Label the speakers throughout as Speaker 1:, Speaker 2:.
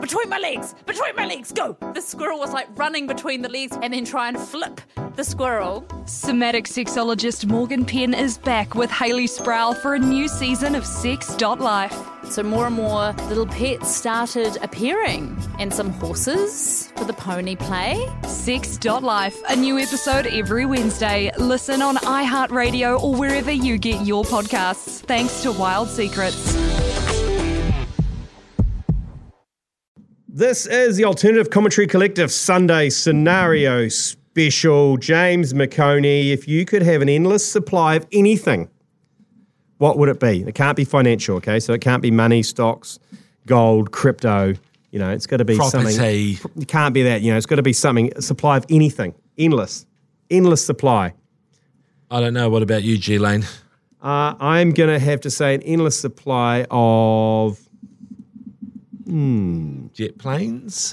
Speaker 1: between my legs, between my legs, go! The squirrel was like running between the legs and then try and flip the squirrel.
Speaker 2: Somatic sexologist Morgan Penn is back with Haley Sproul for a new season of Sex.life.
Speaker 1: So more and more little pets started appearing, and some horses for the pony play.
Speaker 2: Sex.life, a new episode every Wednesday. Listen on iHeartRadio or wherever you get your podcasts. Thanks to Wild Secrets.
Speaker 3: This is the Alternative Commentary Collective Sunday Scenario Special. James McConey, if you could have an endless supply of anything, what would it be? It can't be financial, okay? So it can't be money, stocks, gold, crypto. You know, it's got to be something.
Speaker 4: Property.
Speaker 3: It can't be that. You know, it's got to be something. A supply of anything, endless, endless supply.
Speaker 4: I don't know. What about you, G Lane?
Speaker 3: Uh, I'm going to have to say an endless supply of.
Speaker 4: Jet planes?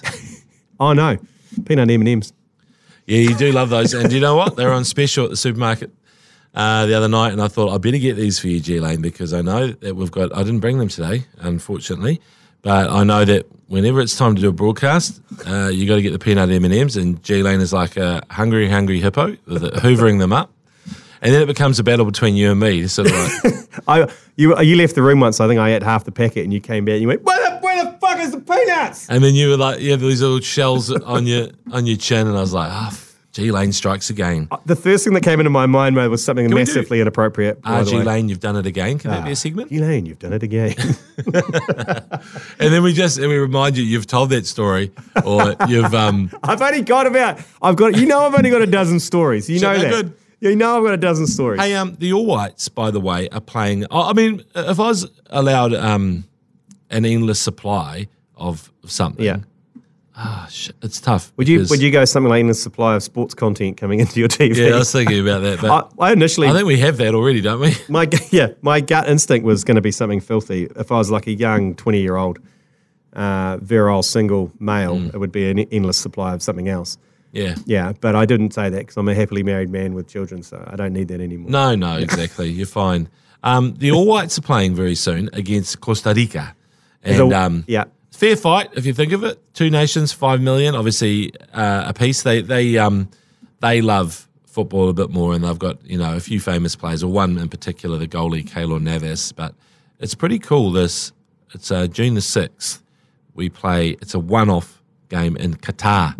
Speaker 3: Oh no, peanut M and M's.
Speaker 4: yeah, you do love those. And you know what? They're on special at the supermarket uh, the other night, and I thought I better get these for you, G Lane, because I know that we've got. I didn't bring them today, unfortunately, but I know that whenever it's time to do a broadcast, uh, you got to get the peanut M and M's, and G Lane is like a hungry, hungry hippo, with it- hoovering them up. And then it becomes a battle between you and me, sort of like,
Speaker 3: I you you left the room once. I think I ate half the packet, and you came back and you went, "Where the where the fuck is the peanuts?"
Speaker 4: and then you were like, you have these little shells on your on your chin, and I was like, ah, f G Lane strikes again.
Speaker 3: The first thing that came into my mind, mate, was something
Speaker 4: Uh, Can we do-
Speaker 3: massively inappropriate. by the
Speaker 4: RG
Speaker 3: way. Ah.
Speaker 4: Lane, you've done it again. Can that be a segment?
Speaker 3: Elaine, you've done it again.
Speaker 4: And then we just and we remind you you've told that story or you've um
Speaker 3: I've only got about. I've got. You know, I've only got a dozen stories. You
Speaker 4: So
Speaker 3: know
Speaker 4: they're
Speaker 3: that.
Speaker 4: good.
Speaker 3: You know, I've got a dozen stories.
Speaker 4: hey um the All Whites by the way are playing. I, I mean if I was allowed um an endless supply of something,
Speaker 3: yeah.
Speaker 4: oh, shit, it's tough.
Speaker 3: Would you
Speaker 4: because-
Speaker 3: Would you go something like in the supply of sports content coming into your TV?
Speaker 4: Yeah, I was thinking about that. But
Speaker 3: I, I initially.
Speaker 4: I think we have that already, don't we?
Speaker 3: my gu- yeah, my gut instinct was going to be something filthy. If I was like a young twenty year old, uh, virile single male,
Speaker 4: Mm.
Speaker 3: it would be an endless supply of something else.
Speaker 4: Yeah.
Speaker 3: Yeah, but I didn't say that because I'm a happily married man with children, so I don't need that anymore.
Speaker 4: No, no, exactly. You're fine. Um, the All Whites are playing very soon against Costa Rica, and
Speaker 3: So-
Speaker 4: um,
Speaker 3: yeah,
Speaker 4: fair fight if you think of it. Two nations, five million, obviously uh, a piece. They they um they love football a bit more, and they've got you know a few famous players, or one in particular, the goalie Kaylor Navas. But it's pretty cool. This it's uh, June the sixth. We play. It's a one-off game in Qatar.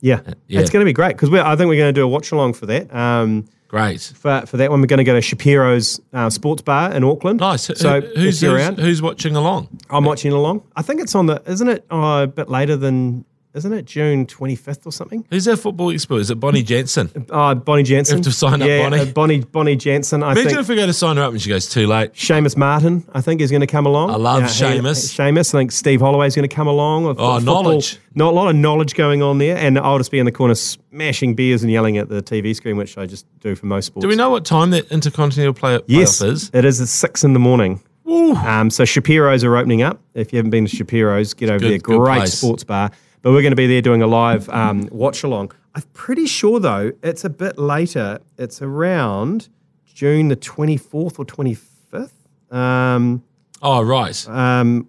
Speaker 3: yeah,
Speaker 4: uh, yeah.
Speaker 3: it's going to be great because I think we're going to do a watch along for that. Um,
Speaker 4: Great,
Speaker 3: for, for that one, we're going to go to Shapiro's uh, Sports Bar in Auckland.
Speaker 4: nice. Who-
Speaker 3: So
Speaker 4: who's,
Speaker 3: if you're
Speaker 4: who's
Speaker 3: around,
Speaker 4: who's watching along?
Speaker 3: I'm watching along. I think it's on the. Isn't it uh, a bit later than? Isn't it June 25th or something?
Speaker 4: Who's our football expert? Is it Bonnie Jansen?
Speaker 3: Uh, Bonnie Jansen.
Speaker 4: Have to sign up,
Speaker 3: yeah,
Speaker 4: Bonnie.
Speaker 3: uh, Bonnie. Bonnie Jansen. I
Speaker 4: Imagine
Speaker 3: think
Speaker 4: if we go to sign her up and she goes too late.
Speaker 3: Seamus Martin. I think is going to come along.
Speaker 4: I love
Speaker 3: he- uh,
Speaker 4: Seamus.
Speaker 3: Seamus. I think Steve Holloway's going to come along. I've got
Speaker 4: Oh,
Speaker 3: football-
Speaker 4: knowledge.
Speaker 3: Not a lot of knowledge going on there, and I'll just be in the corner smashing beers and yelling at the TV screen, which I just do for most sports.
Speaker 4: Do we know what time that intercontinental play- playoff
Speaker 3: Yes,
Speaker 4: is?
Speaker 3: it is at six in the morning. Um, so Shapiro's are opening up. If you haven't been to Shapiro's, get over
Speaker 4: good-
Speaker 3: there.
Speaker 4: good
Speaker 3: Great
Speaker 4: place.
Speaker 3: sports bar. But we're going to be there doing a live um, watch along. I'm pretty sure though it's a bit later. It's around June the 24th or 25th. Um,
Speaker 4: Oh, right.
Speaker 3: um,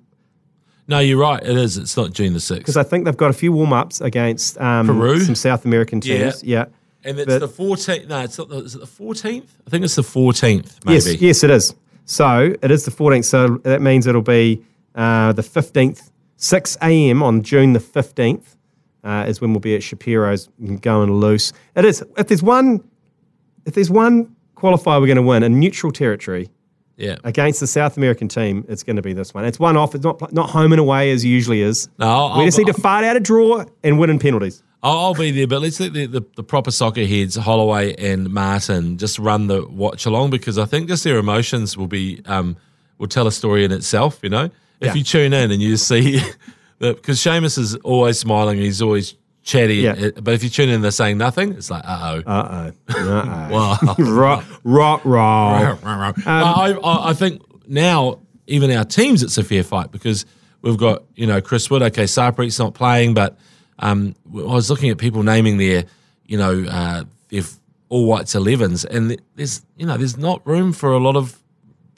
Speaker 4: No, you're right. It is. It's not June the 6th.
Speaker 3: because I think they've got a few warm ups against um,
Speaker 4: Peru?
Speaker 3: some South American
Speaker 4: Yeah.
Speaker 3: teams. Yeah.
Speaker 4: and it's
Speaker 3: but-
Speaker 4: the 14th. No, it's not the, is it the 14th? I think it's the 14th, maybe.
Speaker 3: Yes, yes, it is. So it is the 14th. So that means it'll be uh, the 15th, 6 a.m. on June the 15th uh, is when we'll be at Shapiro's and going loose. It is. If there's one, if there's one qualifier we're going to win in neutral territory
Speaker 4: Yeah.
Speaker 3: against the South American team, it's going to be this one. It's one off. It's not not home and away as usually is.
Speaker 4: No, I'll,
Speaker 3: we just
Speaker 4: I'll,
Speaker 3: need to fight out a draw and win in penalties.
Speaker 4: I'll, I'll be there, but let's let the, the, the proper soccer heads, Holloway and Martin, just run the watch along because I think just their emotions will be, um, will tell a story in itself, you know? If
Speaker 3: Yeah.
Speaker 4: you tune in and you just see, because Seamus is always smiling, he's always chatty,
Speaker 3: Yeah.
Speaker 4: but if you tune in and they're saying nothing, it's like, uh oh.
Speaker 3: Uh oh. Uh oh.
Speaker 4: Wow.
Speaker 3: Rock, rock, roll.
Speaker 4: I, I, I think now even our teams, it's a fair fight because we've got you know Chris Wood. Okay, Sarpreet's not playing, but um, I was looking at people naming their you know uh, their f- all whites elevens, and there's you know there's not room for a lot of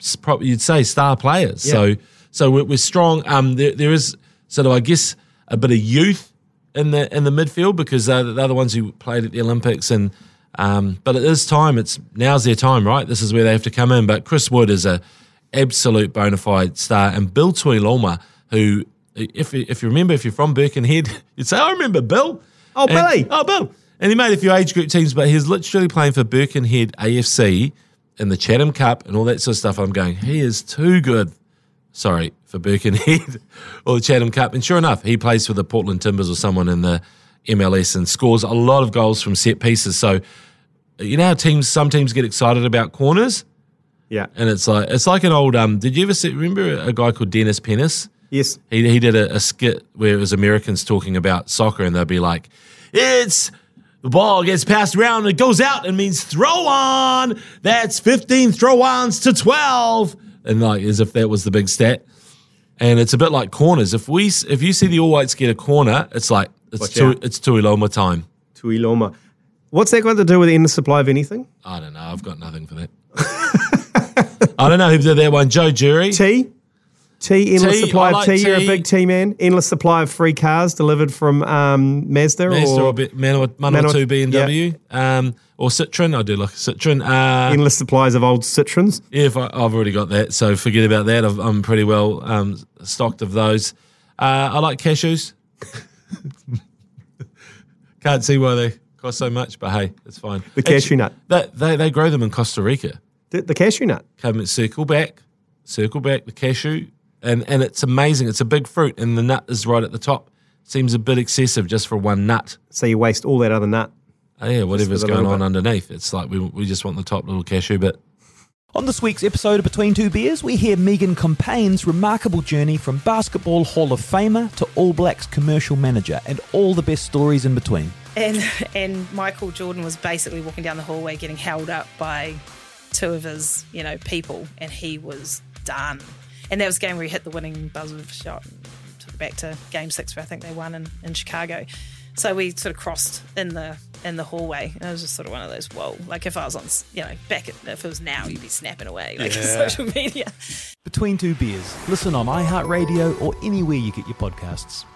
Speaker 4: s- prob- you'd say star players. So so we're, we're strong. Um, there, there is sort of, I guess, a bit of youth in the in the midfield because they're, they're the ones who played at the Olympics. And um, but at this time, it's now's their time, right? This is where they have to come in. But Chris Wood is a absolute bona fide star, and Bill Tuiloma, who if you- if you remember, if you're from Birkenhead, you'd say, I remember Bill.
Speaker 3: Oh,
Speaker 4: And-
Speaker 3: Billy.
Speaker 4: Oh, Bill. And he made a few age group teams, but he's literally playing for Birkenhead AFC in the Chatham Cup and all that sort of stuff. I'm going, he is too good. Sorry, for Birkenhead or the Chatham Cup. And sure enough, he plays for the Portland Timbers or someone in the MLS and scores a lot of goals from set pieces. So, you know how teams, some teams get excited about corners?
Speaker 3: Yeah.
Speaker 4: And it's like, it's like an old, um, did you ever see, remember a guy called Dennis Pennis?
Speaker 3: Yes.
Speaker 4: He, he did a, a skit where it was Americans talking about soccer, and they'd be like, "It's the ball gets passed around, it goes out, and means throw on. That's fifteen throw ons to twelve, and like as if that was the big stat. And it's a bit like corners. If we s- if you see the All Whites get a corner, it's like it's
Speaker 3: Watch
Speaker 4: too
Speaker 3: out.
Speaker 4: it's too Loma time.
Speaker 3: Tuiloma. What's that got to do with endless supply of anything?
Speaker 4: I don't know. I've got nothing for that. I don't know who did that one. Joe Jury.
Speaker 3: Tea? Tea, endless
Speaker 4: Tea,
Speaker 3: supply
Speaker 4: I
Speaker 3: of
Speaker 4: like
Speaker 3: tea. You're a
Speaker 4: tea.
Speaker 3: big tea man. Endless supply of free cars delivered from um, Mazda,
Speaker 4: Mazda
Speaker 3: or
Speaker 4: or B- Manawa, Manawa
Speaker 3: Manawa-
Speaker 4: 2 BMW um, or Citroen. I do like a Citroen. Uh,
Speaker 3: endless supplies of old citrons.
Speaker 4: Yeah, if I, I've already got that, so forget about that. I've, I'm pretty well um, stocked of those. Uh, I like cashews. Can't see why they cost so much, but hey, it's fine.
Speaker 3: The cashew nut.
Speaker 4: They, they, they grow them in Costa Rica.
Speaker 3: The, the cashew nut.
Speaker 4: Come and circle back, circle back the cashew, and, and it's amazing. It's a big fruit, and the nut is right at the top. Seems a bit excessive just for one nut.
Speaker 3: So you waste all that other nut.
Speaker 4: Oh, yeah, whatever's
Speaker 3: a
Speaker 4: going
Speaker 3: little
Speaker 4: on
Speaker 3: bit.
Speaker 4: underneath. It's like we, we just want the top little cashew bit.
Speaker 5: On this week's episode of Between Two Beers, we hear Megan Compain's remarkable journey from Basketball Hall of Famer to All Blacks commercial manager and all the best stories in between.
Speaker 6: and and Michael Jordan was basically walking down the hallway getting held up by two of his you know people, and he was done. And that was the game where he hit the winning buzzer shot, and took it back to Game Six, where I think they won in, in Chicago. So we sort of crossed in the in the hallway, and it was just sort of one of those whoa. Like if I was on, s- you know, back at, if it was now, you'd be snapping away like social media.
Speaker 5: Between Two Beers, listen on iHeartRadio or anywhere you get your podcasts.